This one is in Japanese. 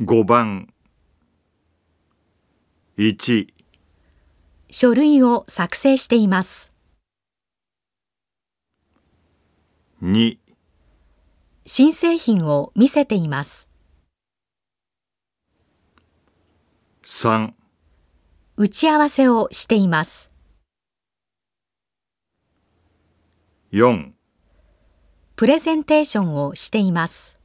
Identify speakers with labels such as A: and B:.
A: 5番1
B: 書類を作成しています。
A: 2
B: 新製品を見せています。
A: 3
B: 打ち合わせをしています。
A: 4
B: プレゼンテーションをしています。